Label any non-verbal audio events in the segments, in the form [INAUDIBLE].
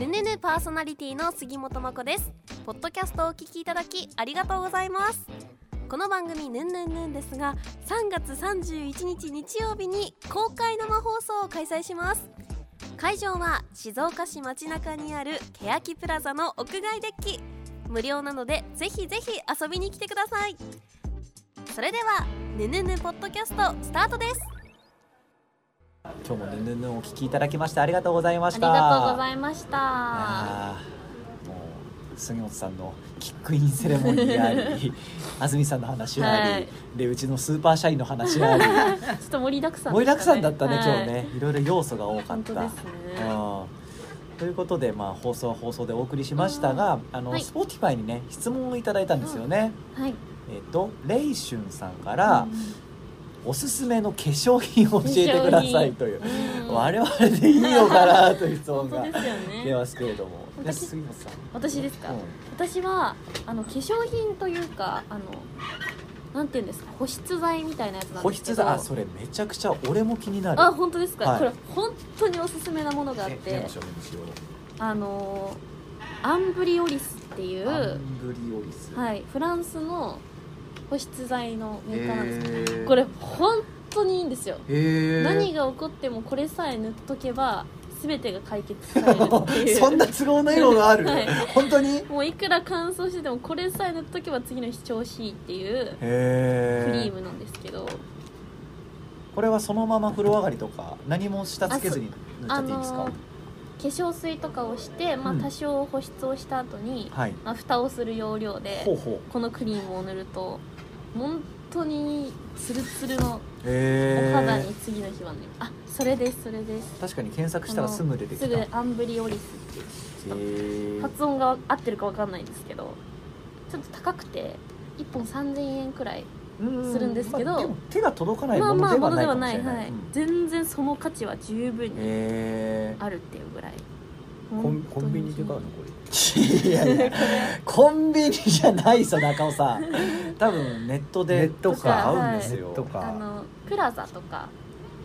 ぬぬぬパーソナリティの杉本真子ですポッドキャストをお聞きいただきありがとうございますこの番組ぬんぬんぬんですが3月31日日曜日に公開生放送を開催します会場は静岡市街中にある欅プラザの屋外デッキ無料なのでぜひぜひ遊びに来てくださいそれではぬぬぬポッドキャストスタートです今日もぬぬぬお聞きいただきましてありがとうございまあした。いいましたもう杉本さんのキックインセレモニーがあ [LAUGHS] り、安住さんの話があり、はいでうちのスーパーシャインの話があり、 [LAUGHS] ちょっと盛りだくさん盛りだくさんだったね、はい今日ね。いろいろ要素が多かっ本た。当ですねうんということで、まあ、放送は放送でお送りしましたが、あの、はい Spotify にね質問をいただいたんですよね、はいえっとレイシュンさんから、おすすめの化粧品を教えてくださいといううん我々でいいのかなという質本問当がですよ出ねますけれども。私ね杉本さん私ですか、うん私はあの化粧品というかあのなんていうんですか保湿剤みたいなやつなん保ですけ湿ど剤あそれめちゃくちゃ俺も気になる。あ本当ですか、はいこれ本当におすすめなものがあっえ全て部正面にしようあのアンブリオリスっていう、アンブリオリス。はい、フランスの保湿剤のメーカーなんですけど、へーこれ本当にいいんですよへー何が起こってもこれさえ塗っとけ [LAUGHS] ば全てが解決されるっていうそんな都合のいいのがある。はい本当に。もういくら乾燥しててもこれさえ塗っとけば次の日調子いいっていうククリームなんですけど、これはそのまま風呂上がりとか何も下つけずに塗っちゃっていいんですか。あの化粧水とかをして、まあ、うん多少保湿をした後に、はい。まあ、蓋をする要領でほうほう。このクリームを塗ると本当にツルツルのへおー肌に次の日はねあそれですそれです確かに検索したらすぐ出てきた。すぐアンブリオリスっていうへー発音が合ってるかわかんないんですけどちょっと高くて1本3000円くらいするんですけどまあでも手が届かないまあもまあもののででははなないいかもしれない。はいうん全然その価値は十分にえーあるっていうぐらいコン本コ当ンにビニで買うのこれいや [LAUGHS] いやコンビニじゃないさ中尾さん多分ネットでネットか買うんですよ、はいネットかあのプラザとか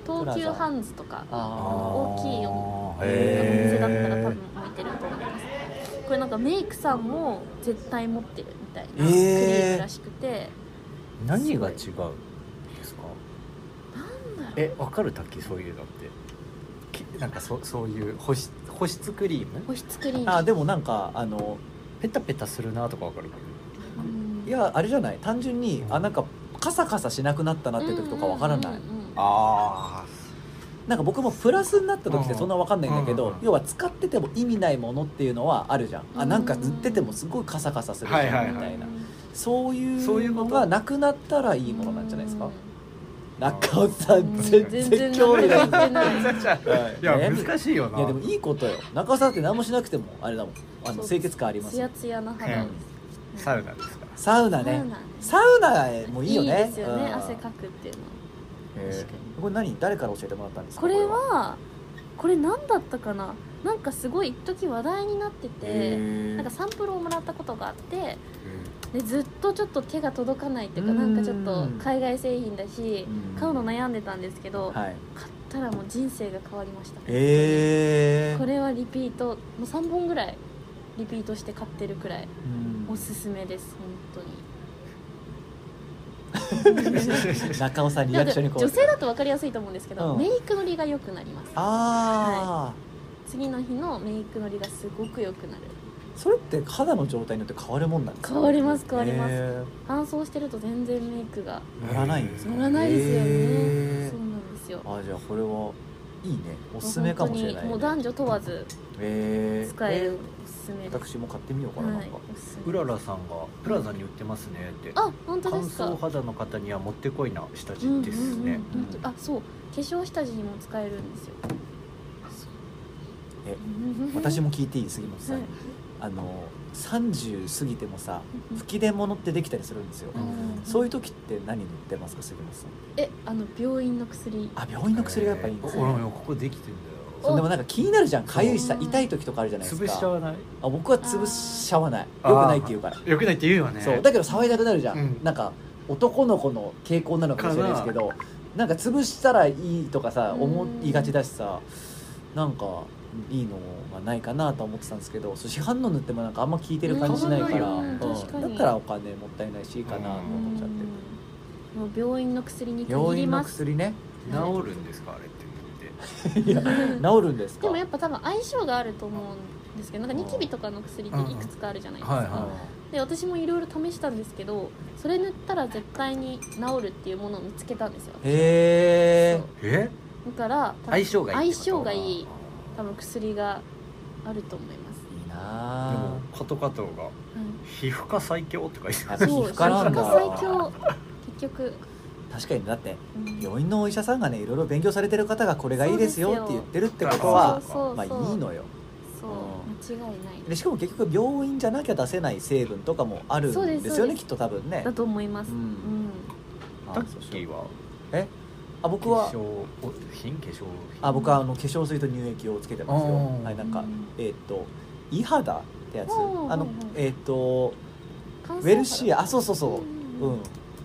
東急ハンズとかあ大きいよおあー店だったら多へ分置いてると思いますこれなんかメイクさんも絶対持ってるみたいなクリームらしくて、ー何が違うんですかなんだろうえわかるたっけそういうのってきなんかそそういう保湿保湿クリーム保湿クリームあーでもなんかあのペタペタするなとかわかるけどうんいやあれじゃない単純にあなんかカサカサしなくなったなっていう時とかわからない、うんうんうんあなんか僕もプラスになった時ってそんなわかんないんだけど、うんうん要は使ってても意味ないものっていうのはあるじゃん、あなんか塗っててもすごいカサカサするじゃんみたはいいな、はいはいそうそういいううのことがなくなったらいいものなんじゃないですか、うん中尾さうんん全然興味ない全然ないあ [LAUGHS] い悩やみ難しいよないやでもいいことよ中尾さんだって何もしなくてもあれだもんあのそう清潔感ありますツヤツヤな肌です、サウナですかサウナサねウナサウナもういいよねですよね、うん汗かくっていうのはへー確かにこれ何誰から教えてもらったんですかこれはこれ何だったかななんかすごい一時話題になっててなんかサンプルをもらったことがあってでずっとちょっと手が届かないっていうかうーなんんかちょっと海外製品だしうん買うの悩んでたんですけど買っはいたらもう人生が変わりましたえー、これはリピートもう3本ぐらいリピートして買ってるくらいうんおすすめです本 [LAUGHS] 中尾さん当リにアクションにこう女性だと分かりやすいと思うんですけど、うんメイクのりが良くなりますああ、次の日のメイクのりがすごく良くなるそれって肌の状態によって変わるもんなんですか変わります変わりますへ乾燥してると全然メイクがー乗らないんですか乗らないですよね、へそうなんですよーあじゃあこれはいいねおすすめかもしれない、もう本当にもう男ね、女問わずえー使ええるーおすすめです、私も買ってみようかな,、はないんかおすすめうららさんがプラザに売ってますねってあ本当乾ですか燥肌の方にはもってこいな下地ですうねんうんうん本当あそう化粧下地にも使えるんですよえうん私も聞いていい杉本さん、はいあの30過ぎてもさうん吹き出物ってできたりするんですよ、うんそういう時って何塗ってますか杉本さんえあの病院の薬あ病院の薬がやっぱいいんですえーね俺もここできてんだおよそうでもなんか気になるじゃんかゆいしさそう痛い時とかあるじゃないですか潰しちゃわないあ僕は潰しちゃわないよくないって言うからよくないって言うよねそうだけど触りたくなるじゃん、うんなんか男の子の傾向なのかもしれないですけどなんか潰したらいいとかさうん思いがちだしさなんかいいのがないかなとは思ってたんですけどそう市販の塗ってもなんかあんま効いてる感じしないからうん効かうないよんね確かにだからお金もったいないしいいかなと思っちゃってるうんもう病院の薬に限病り院のます薬 [LAUGHS] ねはい治るんですかあれって塗っていや治るんですかでもやっぱ多分相性があると思うんですけどなんかニキビとかの薬っていくつかあるじゃないですか、うんうんはいはで私もいろいろ試したんですけどそれ塗ったら絶対に治るっていうものを見つけたんですよへえそえうだから多分相性がいいってこ相と性がいい多分薬があると思います、いいでなもカトカトが「皮膚科最強」って書いてああるそう皮膚科なんだ皮膚科最強結局、あ確かにだってうん病院のお医者さんがねいろいろ勉強されてる方がこれがいいですよって言ってるってことそうはですよそうそうそうまあいいのよそう間違いないでしかも結局病院じゃなきゃ出せない成分とかもあるそうんですですよねそうですきっと多分ねだと思いますううんん、あそタうッキしよーうはあ僕は化粧品化粧品あ僕はあの化粧水と乳液をつけてますようんはいなんかうんえーっとイハダってやつうんあのうんえーっと乾燥肌ウェルシアあそうそうそううんうん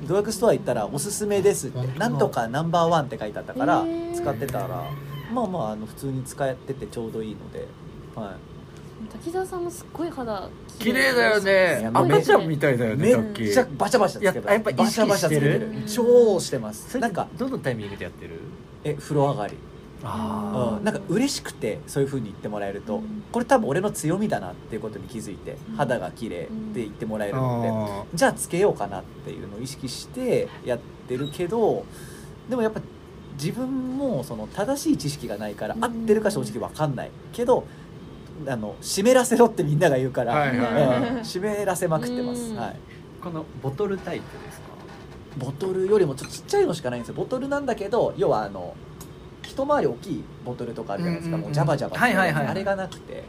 ドラッグストア行ったら「おすすめです」って本「当だなんとかナンバーワン」って書いてあったからへー使ってたらまあまああの普通に使っててちょうどいいのではい滝沢さんもすっごい肌綺麗だよねいや赤ちゃんみたいだよねめタッキーっちゃバシャバシャつけていややっぱ意識バシャバシャつけてるしてる超してまそすれななんんかかどのタイミングでやってるえ風呂上がり、あうん、なんか嬉しくてそういう風に言ってもらえると、うんこれ多分俺の強みだなっていうことに気づいてうん肌が綺麗って言ってもらえるので、あじゃあつけようかなっていうのを意識してやってるけどでもやっぱ自分もその正しい知識がないからうん合ってるか正直わかんないけどあの湿らせろってみんなが言うから、はいはいはいうん湿らせまくってます、うんはい。ーこのボトルタイプですかボトルよりもちょっとちっちゃいのしかないんですよボトルなんだけど要はあの一回り大きいボトルとかあるじゃないですか、うんうんうんもうジャバジャバしてるやつはいはいはいあれがなくて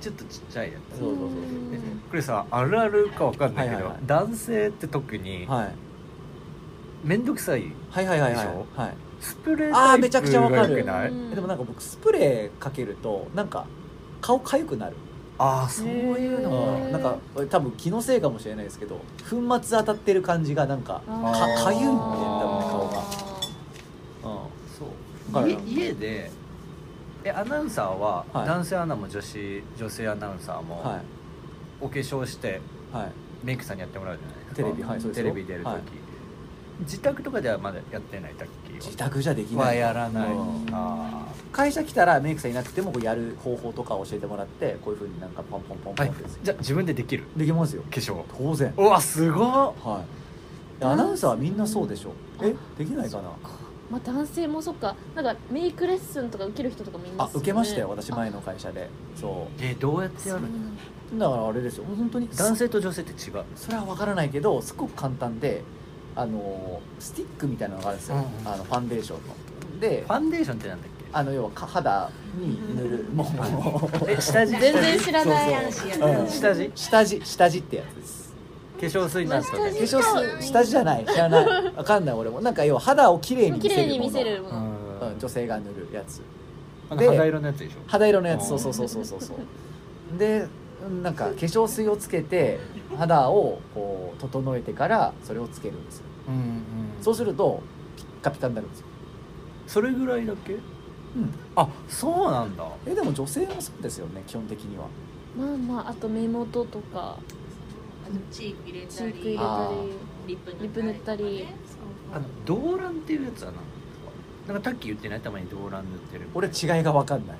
ちょっとちっちゃいやつそうそうそうそうえんこれさあるあるかわかんないけど、はいはいはい男性って特にはい、面倒くさいはいはいはいはいでしょはいスプレーあータイめちゃくプちゃわかがる良くないうんえでもなんか僕スプレーかけるとなんか顔かゆくなる、ああそういうへのーうんなんか多分気のせいかもしれないですけど粉末当たってる感じがなんか、あーかかゆいんだ多よね分顔がうそわかうる家家でえアナウンサーは、はい男性アナも女子女性アナウンサーん、も、はお化粧していはいメイクさんにやってもらうじゃないでテレビすかはいそうですテよレビ出る時、はい自宅とかではまだやってないタッキ自ー宅じゃできはなはいやらない、うんああ会社来たらメイクさんいなくてもこうやる方法とか教えてもらってこういうふうになんかポンポンポンポンはっいて、じゃあ自分でできるできますよ化粧当然うわすごっはい。アナウンサーはみんなそうでしょ。え、できないかな。まあ男性もそっかなんかメイクレッスンとか受ける人とかもいまあす、よね受けましたよ。私前の会社で。そえどうやってやそうるなのんだう。だからあれですよ。本当に男。性と女性って違うそれはわからないけど、すごく簡単で、あのースティックみたいなのがあるんですよ。うんうんあのファンデーションの。でフ、ァンデーションってなんだっあの要はか肌に塗るもうけえ下地全然知らない話やそうそうなうん下地下地下地ってやつです。化粧水なんとかまあで化下地粧水下地じゃない知らない。わかんない俺も。なんか要は肌を綺麗に見綺せる麗もの。に見せるもうの、んうん女性が塗るやつ。あので肌色のやつでしょ肌色のやつうそうんそうそうそうそうそうでなんか化粧水をつけて肌をこう整えてからそれをつけるんですようんそうするとピッカピカになるんですよ、それぐらいだけうん、あそうなんだえでも女性もそうですよね基本的にはまあまああと目元とかあのチーク入れチたーりク入れあたリップ塗ったりリップ塗ったりあの動乱っていうやつは何なんかさっき言ってないたまに動乱塗ってる俺違いが分かんない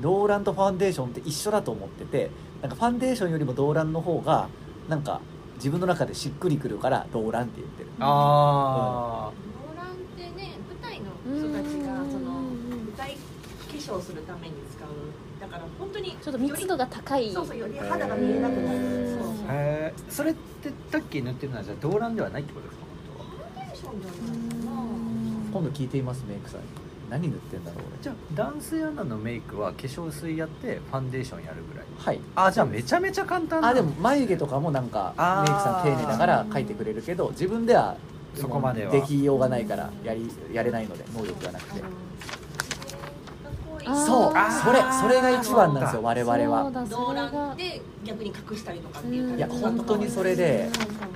ローランとファンデーションって一緒だと思っててなんかファンデーションよりもローランの方がなんか自分の中でしっくりくるからローランって言ってるあノーランってね舞台のり人たちがうんその舞台化粧するために使うだから本当にちょっと密度がが高いそうそうより肌が見えなくなるそううんあへえそれってタッキー塗ってるのはじゃあ動乱ではないってことですか本当はファンデーションじゃ今度聞いていますメイクさんに何塗ってんだろうじゃあ男性アナのメイクは化粧水やってファンデーションやるぐらい俺はいあじゃあめちゃめちゃ簡単だあでも眉毛とかもなんかあーメイクさん丁寧だから描いてくれるけど自分ではそこまではできようがないからやりやれないので能力がなくてないあもーうそうあーそれそれが一番なんですよ我々そうはだノそーれラがンで逆に隠したりとかっていううんいや本当にそれで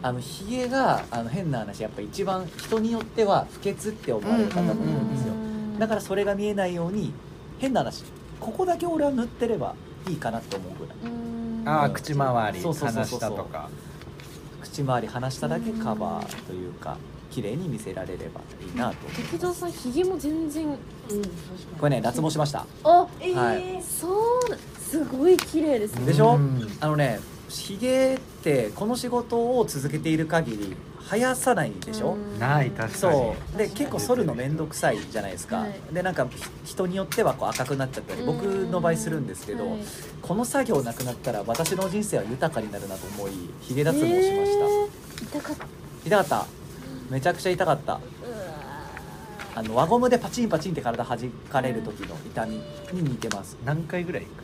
ああののひげがあの変な話やっぱ一番人によっては不潔って思われる方もいるんですようんだからそれが見えないように変な話ここだけ俺は塗ってればいいかなって思うぐらいうんああー口周りそうそうそう鼻そう下とか口周り離しただけカバーというか綺麗に見せられればいいなと滝沢さんひげも全然うん、確こかれねに。脱毛しましたあえーはそうすごい綺麗ですねでしょうんあのねひげってこの仕事を続けている限り生やさないでしょ、うんない確かにそう確かでに結構剃るの面倒くさいじゃないですか、はいでなんかひ人によってはこう赤くなっちゃったり僕の場合するんですけど、はいこの作業なくなったら私の人生は豊かになるなと思いひげ脱毛しました、えー痛かった痛かっためちゃくちゃ痛かったうわーあの輪ゴムでパチンパチンって体弾かれる時の痛みに似てます何回ぐらい行く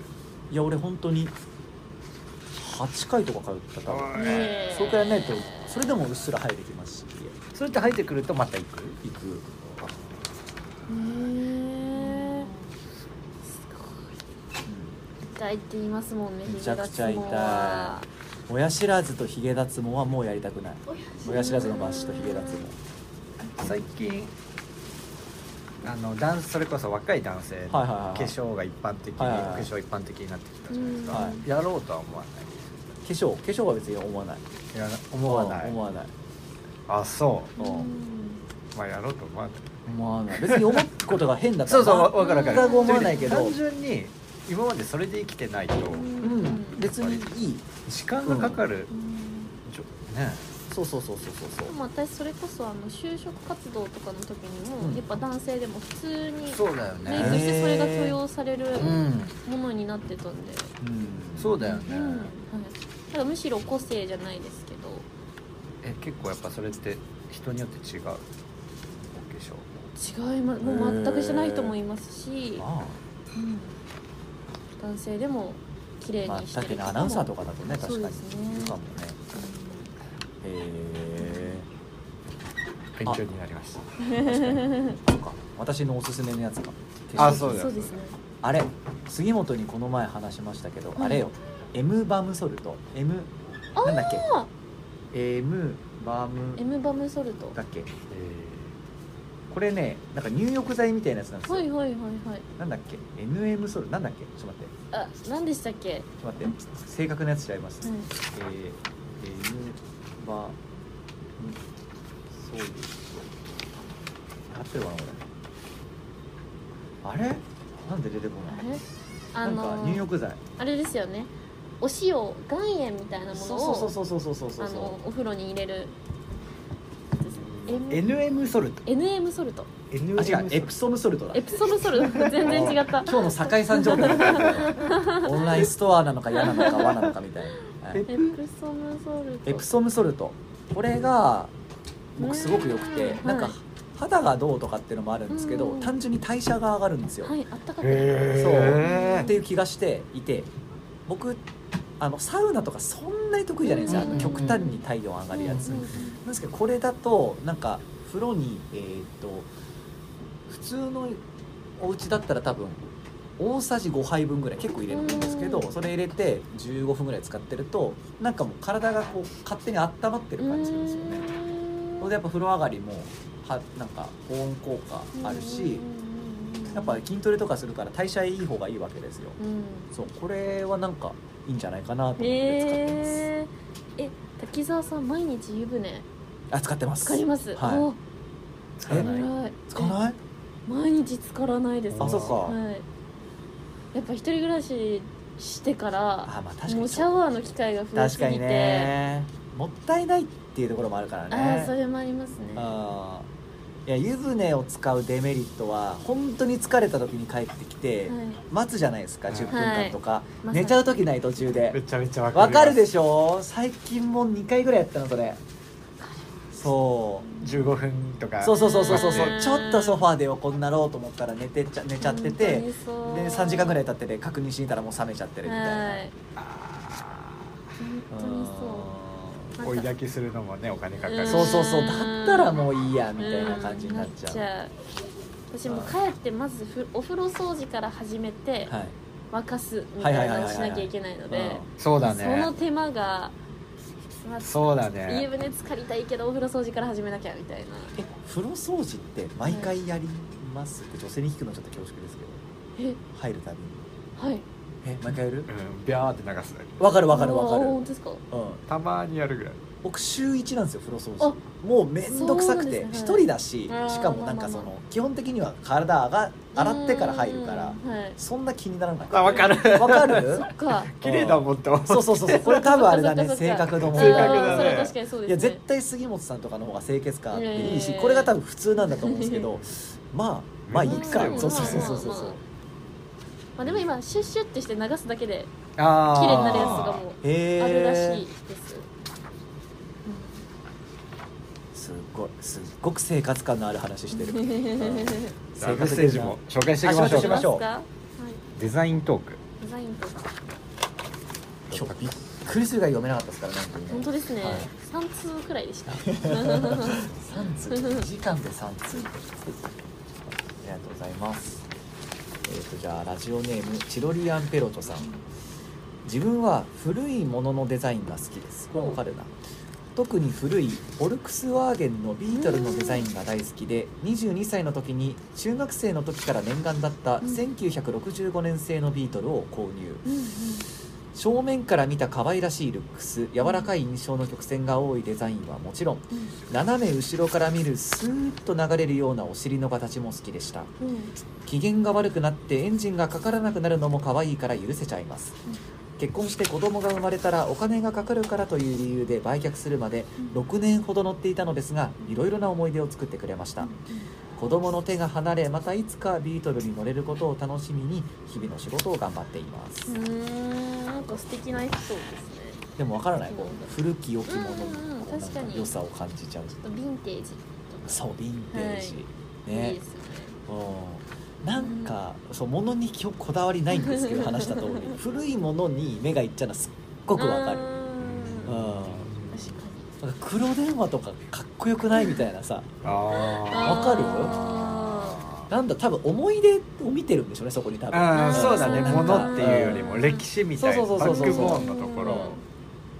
いや俺本当に8回とか通った多ね分えそうくらいないとそれでもうっすら生えてきますしそれって入ってくるとまた行く行くねえすごい痛いって言いますもんねめちゃくちゃひげ脱毛はうん親知らずとヒゲ脱毛はもうやりたくない親知らずの抜歯とヒゲ脱最近あの男それこそ若い男性毛はいはいは化い化粧が一般的に、はいはいはい化粧一般的になってきたじゃないですか、はやろうとは思わな粧化粧は別に思わないいやら思わなういん思わないあそううんまあやろうと思わない思わない別に思うことが変だったそうそうわうわかるわかる全く思わないけど単純に今までそれで生きてないとうん別にいい時間がかかる、うんちょねそうそうそうそうそうそうでも私それこそあの就職活動とかの時にも、うんやっぱ男性でも普通にメイクそうだよねしてそれが許容されるうんものになってたんで、うんそうだよね、うんはい、だからむしろ個性じゃないですけどえ結構やっぱそれって人によって違うお化粧違いまもう全くしてない人もいますし、まうん男性でも綺麗あ、まあに、しだっててる方ねもアナウンサーとかだとねそう確かでにすいねるかもねへ勉強になりましたえ確かにそうか私のおすすめのやつかあそうだよそうですねあれ杉本にこの前話しましたけど、うんあれよ M バムソルト M あーなんだっけ M バム M バムソルトだっけえこれねなんか入浴剤みたいなやつなんですよ、はいはいはいはいなんだっけ NM ソルトなんだっけちょっと待ってあ何でしたっけ、ちょっと待って正確なやつちゃいます、うんえー、N バムソルト合ってるかなこれあれなんで出てこあないれあのーなんか入浴剤あれですよねお塩岩塩みたいなものそうをそうそうそうそうそうそうあのお風呂に入れるですね M- NM ソルト NM ソルト NM あ違ソうルエトプソムソルトだエプソムソル [LAUGHS] ト全然違った今日の酒井さん状態だったよ [LAUGHS] オンラインストアなのか嫌なのか和なのかみたいな、はいえエプソムソルトエプソムソルトこれが僕すごく良くてうんなんかはい肌がどうとかっていうのもあるんですけどうん単純に代謝が上がるんですよ、はいあったかくなるへへっていう気がしていて僕あのサウナとかそんなに得意じゃないんですよ、あのうん極端に体温上がるやつ、うんうんうんなんですけどこれだとなんか風呂にえーっと普通のお家だったら多分大さじ5杯分ぐらい結構入れるんですけどうんそれ入れて15分ぐらい使ってるとなんかもう体がこう勝手に温まってる感じなんですよねそれでやっぱ風呂上がりもはなんか保温効果あるしやっぱ筋トレとかするから代謝いい方がいいわけですようんそうこれはなんかいいんじゃないかなと思って使ってます、えーえ滝沢さん毎日湯船あ使ってます浸かりますはいお使わない偉い使わない毎日浸からないですあそっかはい、やっぱ一人暮らししてからあまあ確かにもうシャワーの機会が増えす確ぎてかにねもったいないっていうところもあるからねああそれもありますねあーいや湯船を使うデメリットは本当に疲れた時に帰ってきて、はい待つじゃないですかはい10分間とか、まさに寝ちゃう時ない途中めでちゃめちゃわかるわかるでししょ最近もう2回ぐらいやったのそれそう15分とかそうそうそうそうそううんちょっとソファーで横になろうと思ったら寝てっちゃ寝ちゃってて本で当にそう3時間ぐらい経ってて確認しに行ったらもう冷めちゃってるみたいな、はい本当にそううなんか追い焚きするのもねお金かかうるんんしそうそうそうだったらもういいやみたいな感じになっちゃう、んなっ私も帰ってまずふお風呂掃除から始めてはい沸かすみたいなのをはいはしいはいはいはいなきゃいけないのでそうだそのね手間がまあそうだ家ね船浸かりたいけどお風呂掃除から始めなきゃみたいなえ風呂掃除って毎回やりますって女性に聞くのちょっと恐縮ですけどえ入るたびにはいえ毎回やるうんビャーって流すだけわかるわかるわかあるー、本当ですかうん、たまにやるぐらい僕週1なんですよ風呂掃あ除もうめんどくさくそうてなんです一、ねはい人だしあーしかもなんかそまあの基本的には体が洗ってから入るからうーん [LAUGHS] はいそんな気にならないあわかるわかるそっか [LAUGHS] 綺麗だもんって思うそうそうそうそうこれ多分あれだそっねかそ性っか格の問性題格あーだそねれは確かにそういやですね絶対杉本さんとかの方が清潔感あっていいいやいやいしやこれが多分普通なんだと思うんです [LAUGHS] けどまあまあいいかうんそうそうそうそうそうまあまあでも今シュッシュってして流すだけであー綺麗になるやつがもうへえあるらしいです、すっごいすっごく生活感のある話してるさあメッセージも紹介していきましょどうしかましょう行きかはいデザイントークデザインとか今日びっくりするが読めなかったですからね本当ですね、はい三通くらいで [LAUGHS] した三通2時間で三通ありがとうございますえっ、とじゃあラジオネームチロリアンペロトさん自分は古いもののデザインが好きですこれわかるな特に古いフォルクスワーゲンのビートルのデザインが大好きで22歳の時に中学生の時から念願だったん1965年製のビートルを購入うんうん正面から見た可愛らしいルックス柔らかい印象の曲線が多いデザインはもちろん斜め後ろから見るスーッと流れるようなお尻の形も好きでしたうん機嫌が悪くなってエンジンがかからなくなるのも可愛いから許せちゃいます結婚して子供が生まれたらお金がかかるからという理由で売却するまで6年ほど乗っていたのですがいろいろな思い出を作ってくれました子供の手が離れまたいつかビートルに乗れることを楽しみに日々の仕事を頑張っていますうんうんなんか素敵なエピソードですねでもわからないこそうう古き良きもうのんうんのこうなん確かかに良さを感じちゃうちょっとヴィンテージとかそうヴィンテージ、いいねですよねうんなんかそう物にきょこだわりないんですけど話した [LAUGHS] 通り古いものに目がいっちゃうのはすっごくわかるう、んうん、確かになんか黒電話とかかっこよくないみたいなさあわかるあなんだ多分思い出を見てるんでしょうねそこに多ー分あーそうだねうん物っていうよりも歴史みたいなそバうそうそうそうックそうボーンのところを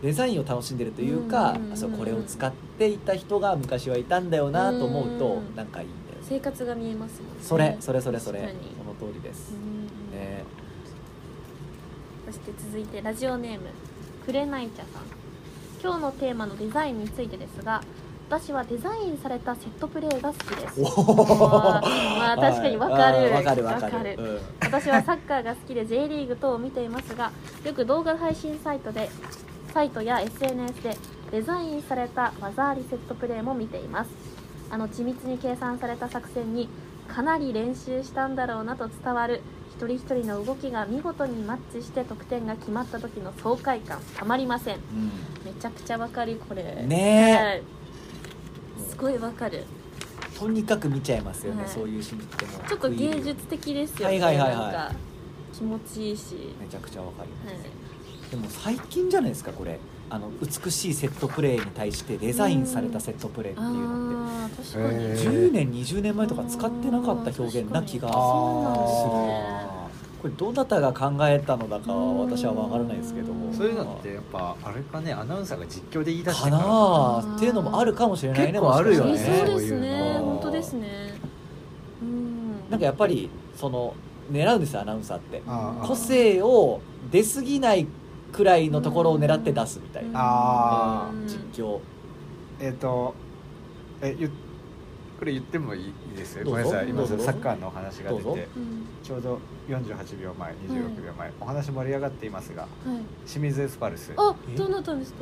デザインを楽しんでるというか、うんそうこれを使っていた人が昔はいたんだよなと思うと、うんなんかいいんだよー生活が見えますもんねそれそれそれそれ確かにその通りです、うんねそして続いてラジオネームくれないちゃさん今日のテーマのデザインについてですが私はデザインされたセットプレーが好きですまあまあ確かにわかはるいわかるわかるわかるうん私はサッカーが好きで J リーグ等を見ていますがよく動画配信サイトでサイトや SNS でデザインされた技ありセットプレーも見ていますあの緻密に計算された作戦にかなり練習したんだろうなと伝わる一人一人の動きが見事にマッチして得点が決まった時の爽快感たまりませんめちゃくちゃわかるこれねえはいすごいわかるとにかく見ちゃいますよね、はいそういうシーンってもうちょっと芸術的ですよね、はいはいはいはいなんか気持ちいいし、めちゃくちゃわかりまはす、いでも最近じゃないですかこれあの美しいセットプレーに対してデザインされたセットプレーっていうのってあー確かに、えー10年20年前とか使ってなかった表現な気があー確かにするあこれどなたが考えたのだかは私は分からないですけどもーそういうのってやっぱあれかねアナウンサーが実況で言い出してかからなああっていうのもあるかもしれないね結構あるよもねしかしたらそうですそういうねの本当ですねうんなんかやっぱりその狙うんですよアナウンサーってあー個性を出過ぎないくらいのところを狙って出すみたいな、あうん実況えっ、とえゆこれ言ってもいいですどうぞごめんなさい今どうぞサッカーのお話がど出うぞてうんちょうど48秒前26秒前、お話盛り上がっていますがはい清水エスパルスあえどうなったんですか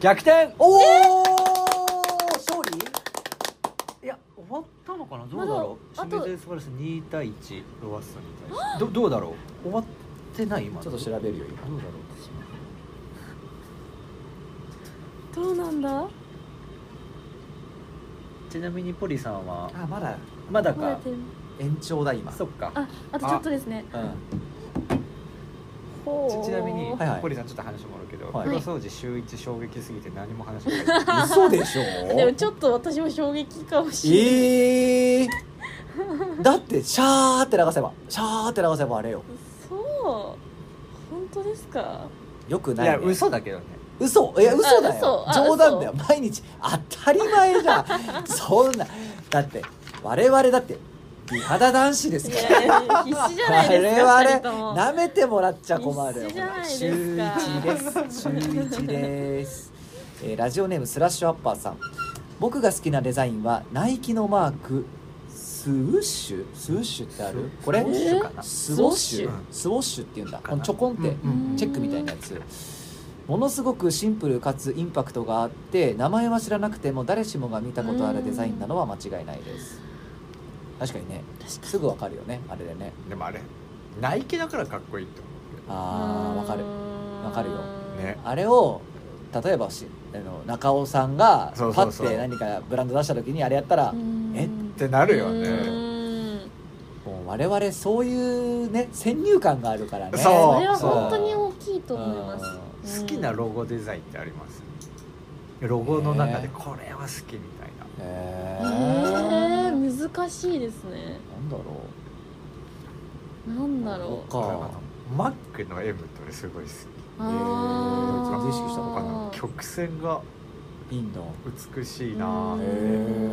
逆転おお、勝利いや終わったのかなどまだあとエスパルス2対1ロアストに対してどどうだろう終わってない今ちょっと調べるよ今どうだろうどうなんだちなみにポリさんはあまだままだだか点延長だ今そっかああとちょっとですねうんほうちちなみに、はいはいポリさんちょっと話もあるけど、はい風呂掃除週一衝撃すぎて何も話しない嘘でしょでもちょっと私も衝撃かもしれない、ええー、だってシャーって流せばシャーって流せばあれよそう本当です [LAUGHS] かよく [LAUGHS] ないい、ね、や嘘だけどね嘘いや嘘だよ嘘あ冗談だよ毎日当たり前じゃんそんなだって我々だって美肌男子ですいかやいや必死じゃないですか我々二人ともなめてもらっちゃ困る一緒じゃない週ですか一です週一です、えーラジオネームスラッシュアッパーさん僕が好きなデザインはナイキのマークスウッシュスウッシュってあるこれスウッシュかなスウォッシュうんスウォッシュっていうんだかなこのちょこんって、ううんんチェックみたいなやつものすごくシンプルかつインパクトがあって名前は知らなくても誰しもが見たことあるデザインなのは間違いないです確かにねすぐわかるよねあれでねでもあれナイキだからかっこいいって思うけどあーわかるわかるよねあれを例えばしあの中尾さんがパそうそうッそうて何かブランド出した時にあれやったらえってなあるよねねもう我々そういうね先入観があるからねそうそれは本当にそう大きいと思います好きなロゴデザインってありますロゴの中でこれは好きみたいなうんへえーなんだー、難しいですねろなんうだろうそっ俺はかマックの M って俺すごい好きーあー全然意識したこあの曲線がいいんだ美しいなうんぁへ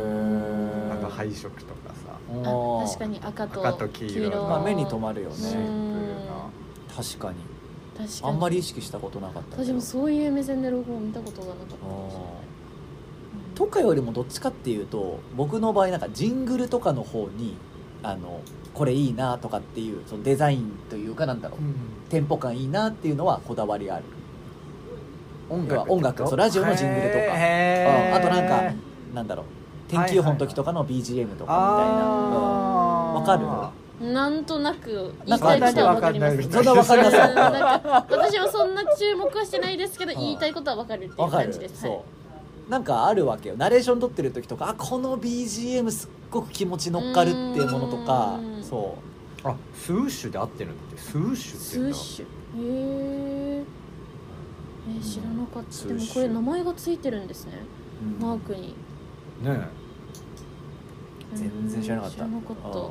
ーあと配色とかさあ確かに赤と赤と黄色のまあ、目に留まるよシンプルねな確かに確かあにんまり意識したことなかったけど私もそういう目線でロゴを見たことがなかったかあもしれないーとかよりもどっちかっていうと僕の場合なんかジングルとかの方にあのこれいいなとかっていうそのデザインというかなんだろう、テンポ感いいなっていうのはこだわりがある音楽音楽そうラジオのジングルとか、うんかあとなんかなんだろう天気予報の時とかの BGM とかみたいな、うんわかるなんとなく言ないんたかいことは分かりますそわかんないんなわかり [LAUGHS] ますうん [LAUGHS] なんか私もそんな注目はしてないですけど言いたいことは分かるっていわうかる感じですはいそうなんかあるわけよナレーション撮ってる時とかあこの BGM すっごく気持ち乗っかるっていうものとかうんそあスウッシュで合ってるんだってスウッシュってス言ッうんだシュへーえー知らなかったスでッもシュこれ名前がついてるんですねう、うんマークにね全然知らなかった知らなかったうん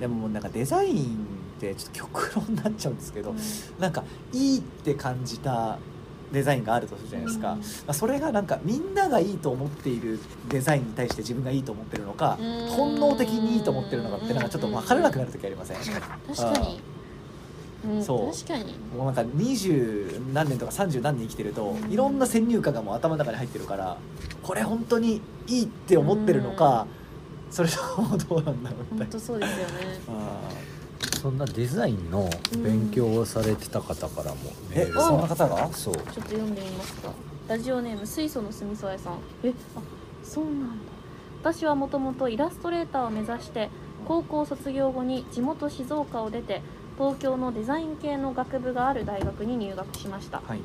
でももうなんかデザインってちょっと極論になっちゃうんですけど、うなんかいいって感じたデザインがあるとするじゃないですか、まあ、それがなんかみんながいいと思っているデザインに対して自分がいいと思ってるのかうん本能的にいいと思ってるのかってなんかちょっと分からなくなる時ありませんん確かにうんそう確かにもうなんか20何年とか30何年生きてるといろんな先入観がもう頭の中に入ってるからこれ本当にいいって思ってるのかそれともどうなんだろう本みたいな当そうですよね [LAUGHS] あーそんなデザインの勉強をされてた方からもメえールそんなが方がそうちょっと読んでみますかラジオネーム水素のすみそえさんえあそうなんだ私はもともとイラストレーターを目指して高校卒業後に地元静岡を出て東京のデザイン系の学部がある大学に入学しましたはい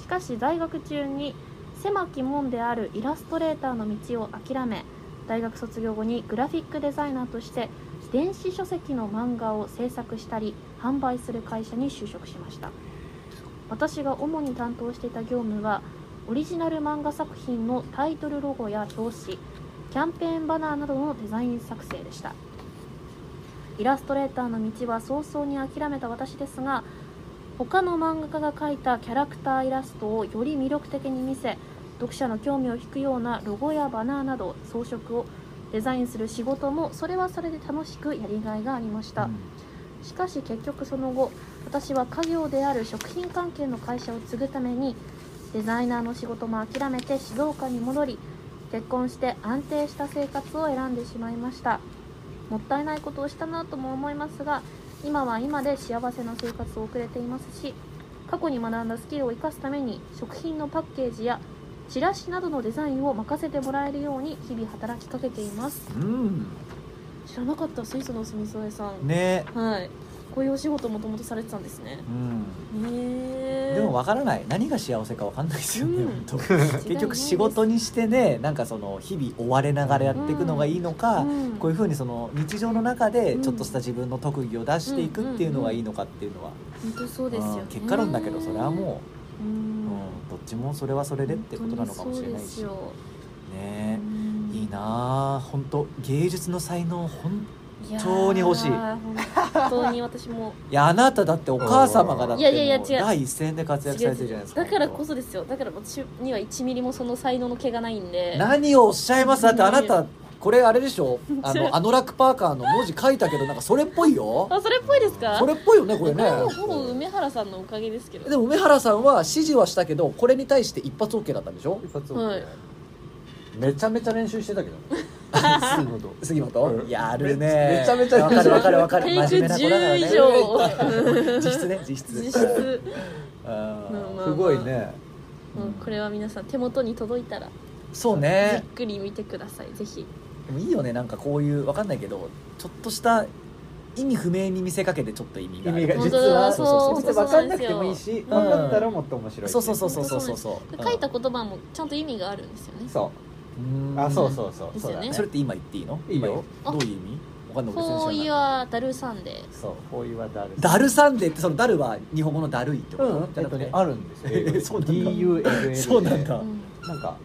しかし在学中に狭き門であるイラストレーターの道を諦め大学卒業後にグラフィックデザイナーとして電子書籍の漫画を制作したり販売する会社に就職しました私が主に担当していた業務はオリジナル漫画作品のタイトルロゴや表紙キャンペーンバナーなどのデザイン作成でしたイラストレーターの道は早々に諦めた私ですが他の漫画家が描いたキャラクターイラストをより魅力的に見せ読者の興味を引くようなロゴやバナーなど装飾をデザインする仕事もそれはそれで楽しくやりがいがありました、しかし結局その後私は家業である食品関係の会社を継ぐためにデザイナーの仕事も諦めて静岡に戻り結婚して安定した生活を選んでしまいましたもったいないことをしたなとも思いますが今は今で幸せな生活を送れていますし過去に学んだスキルを生かすために食品のパッケージやチラシなどのデザインを任せてもらえるように日々働きかけていますうん知らなかった水素のすみそえさんねはい。こういうお仕事もともとされてたんですね。うんへえ。でもわからない何が幸せかわかんないですよね、うん本当違いないです結局仕事にしてねなんかその日々追われながらやっていくのがいいのか、うんこういうふうにその日常の中でちょっとした自分の特技を出していくっていうのがいいのかっていうのは、本当そうですよ、ねうん。結果論だけどそれはもうう、うんん。どっちもそれはそれでってことなのかもしれないし本ねいいなあ本当芸術の才能ほん当に本当に欲しいやー本当に私も。いやあなただってお母様がだっいやいやいてやもう違う第一線で活躍されてるじゃないですかだからこそですよ。だから私には1ミリもその才能の毛がないんで。何をおっしゃいますだってあなたこれあれでしょあのアノラック・パーカーの文字書いたけどなんかそれっぽいよあそれっぽいですかそれっぽいよねこれねこれはもうほぼ梅原さんのおかげですけどでも梅原さんは指示はしたけどこれに対して一発 OK だったんでしょ一発はいめちゃめちゃ練習してたけどすごい [LAUGHS] こと杉本うんやるねめちゃめちゃわかるわかるわかるテイク真面目な子だか10ら以ね上 [LAUGHS] 実質ね実 [LAUGHS] 質実質あまあまーあすごいねもうこれは皆さん手元に届いたらそうじっねくり見てくださいぜひでもいいよねなんかこういうわかんないけどちょっとした意味不明に見せかけてちょっと意味意がある味が本実当だはそうそうそう分かんなくてもいいし分かったらもっと面白いそうそうそうそうそうそうそでうそう書いた言葉もちゃんと意味があるんですよねそううんあそうそうそうですよねそれって今言っていいのいいよ今どういう意味わかんない「こう俺全然知いらないうダルサンデそうこういうワードあるダルサンデーってそのダルは日本語のだるいってこうと、んじゃえっなとくてねあるんです英語でそうなんだ DULL でそうなんだ、ー」うんなんか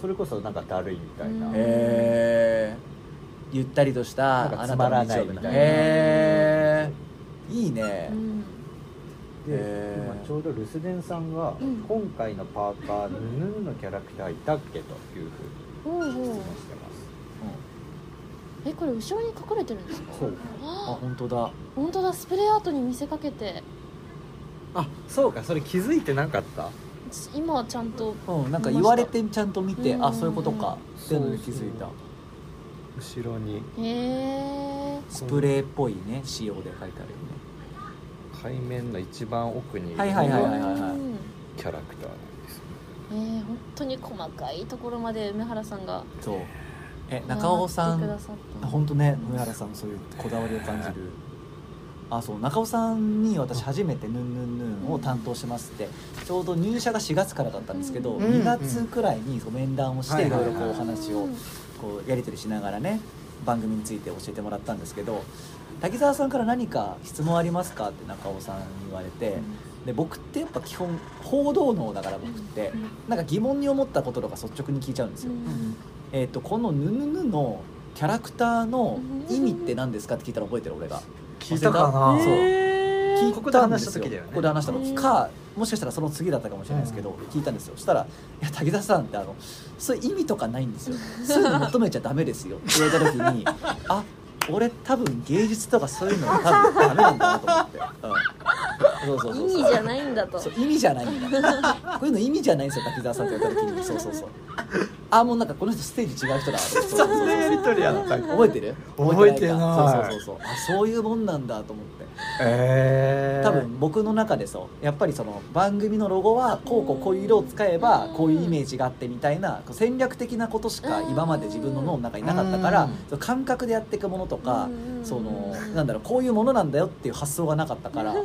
それこそなんかだるいみたいな、うんへええゆったりとしたなんかつまらないみたいなあたの日曜日へえいいね、うんでへー今ちょうど留守電さんがうん「今回のパーカーヌヌンのキャラクターいたっけ?」というおうふうに質おう問してますえこれ後ろに隠れてるんですかそうああ本当だ本当だスプレーアートに見せかけてあそうかそれ気づいてなかったち今はちゃんとうんなんか言われてちゃんと見てうんあそういうことかっていうのに気づいたそう後ろにへえスプレーっぽいね仕様で書いてあるよね海面の一番奥にいるはいはいはいはいはいうんキャラクターなんですねえー、本当に細かいところまで梅原さんがそうえ中尾さん頑張ってくださったあ本当ね上原さんのそういうこだわりを感じるあそう中尾さんに私初めて「ヌンヌンヌン」を担当してますってちょうど入社が4月からだったんですけど、うん2月くらいにそう面談をしはていいろいろはこいうはおい話をこうやり取りしながらね番組について教えてもらったんですけど滝沢さんから何か質問ありますかって中尾さんに言われて。で僕ってやっぱ基本報道能だから僕ってなんか疑問に思ったこととか率直に聞いちゃうんですよ、えー、とこの「ヌヌヌ」のキャラクターの意味って何ですかって聞いたら覚えてる俺が聞いたかな忘れそう [LAUGHS] 聞いたんですよここで話した時だよねここで話した時かもしかしたらその次だったかもしれないですけど、聞いたんですよそしたら「いや滝沢さんってあのそういう意味とかないんですよそういうの求めちゃダメですよ」って言われた時に「あ俺多分芸術とかそういうのが多分ダメなんだな」と思って、うん、そうそうそうそう意味じゃないんだとそう意味じゃないんだこういうの意味じゃないんですよ滝沢さんって言われた時にそうそうそうあもうなんかこの人ステージ違う人だと思ってそんなやりとりやった [LAUGHS] 覚えてる覚えてないかそうそうそうそうあそういうもんなんだと思ってえ多分僕の中でそうやっぱりその番組のロゴはこうこうこういう色を使えばこういうイメージがあってみたいなこう戦略的なことしか今まで自分の脳の中になかったからうんその感覚でやっていくものとかうんそのなんだろうこういうものなんだよっていう発想がなかったから、う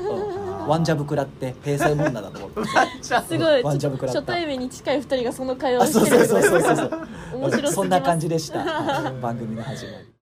んワンジャブ食らって平成もんなんだと思ってすごいワンジャブ食らった初対面に近い二人がその会話をあそうしてそうるそうそうそうそう面白すぎますそんな感じでした、はい番組の始まり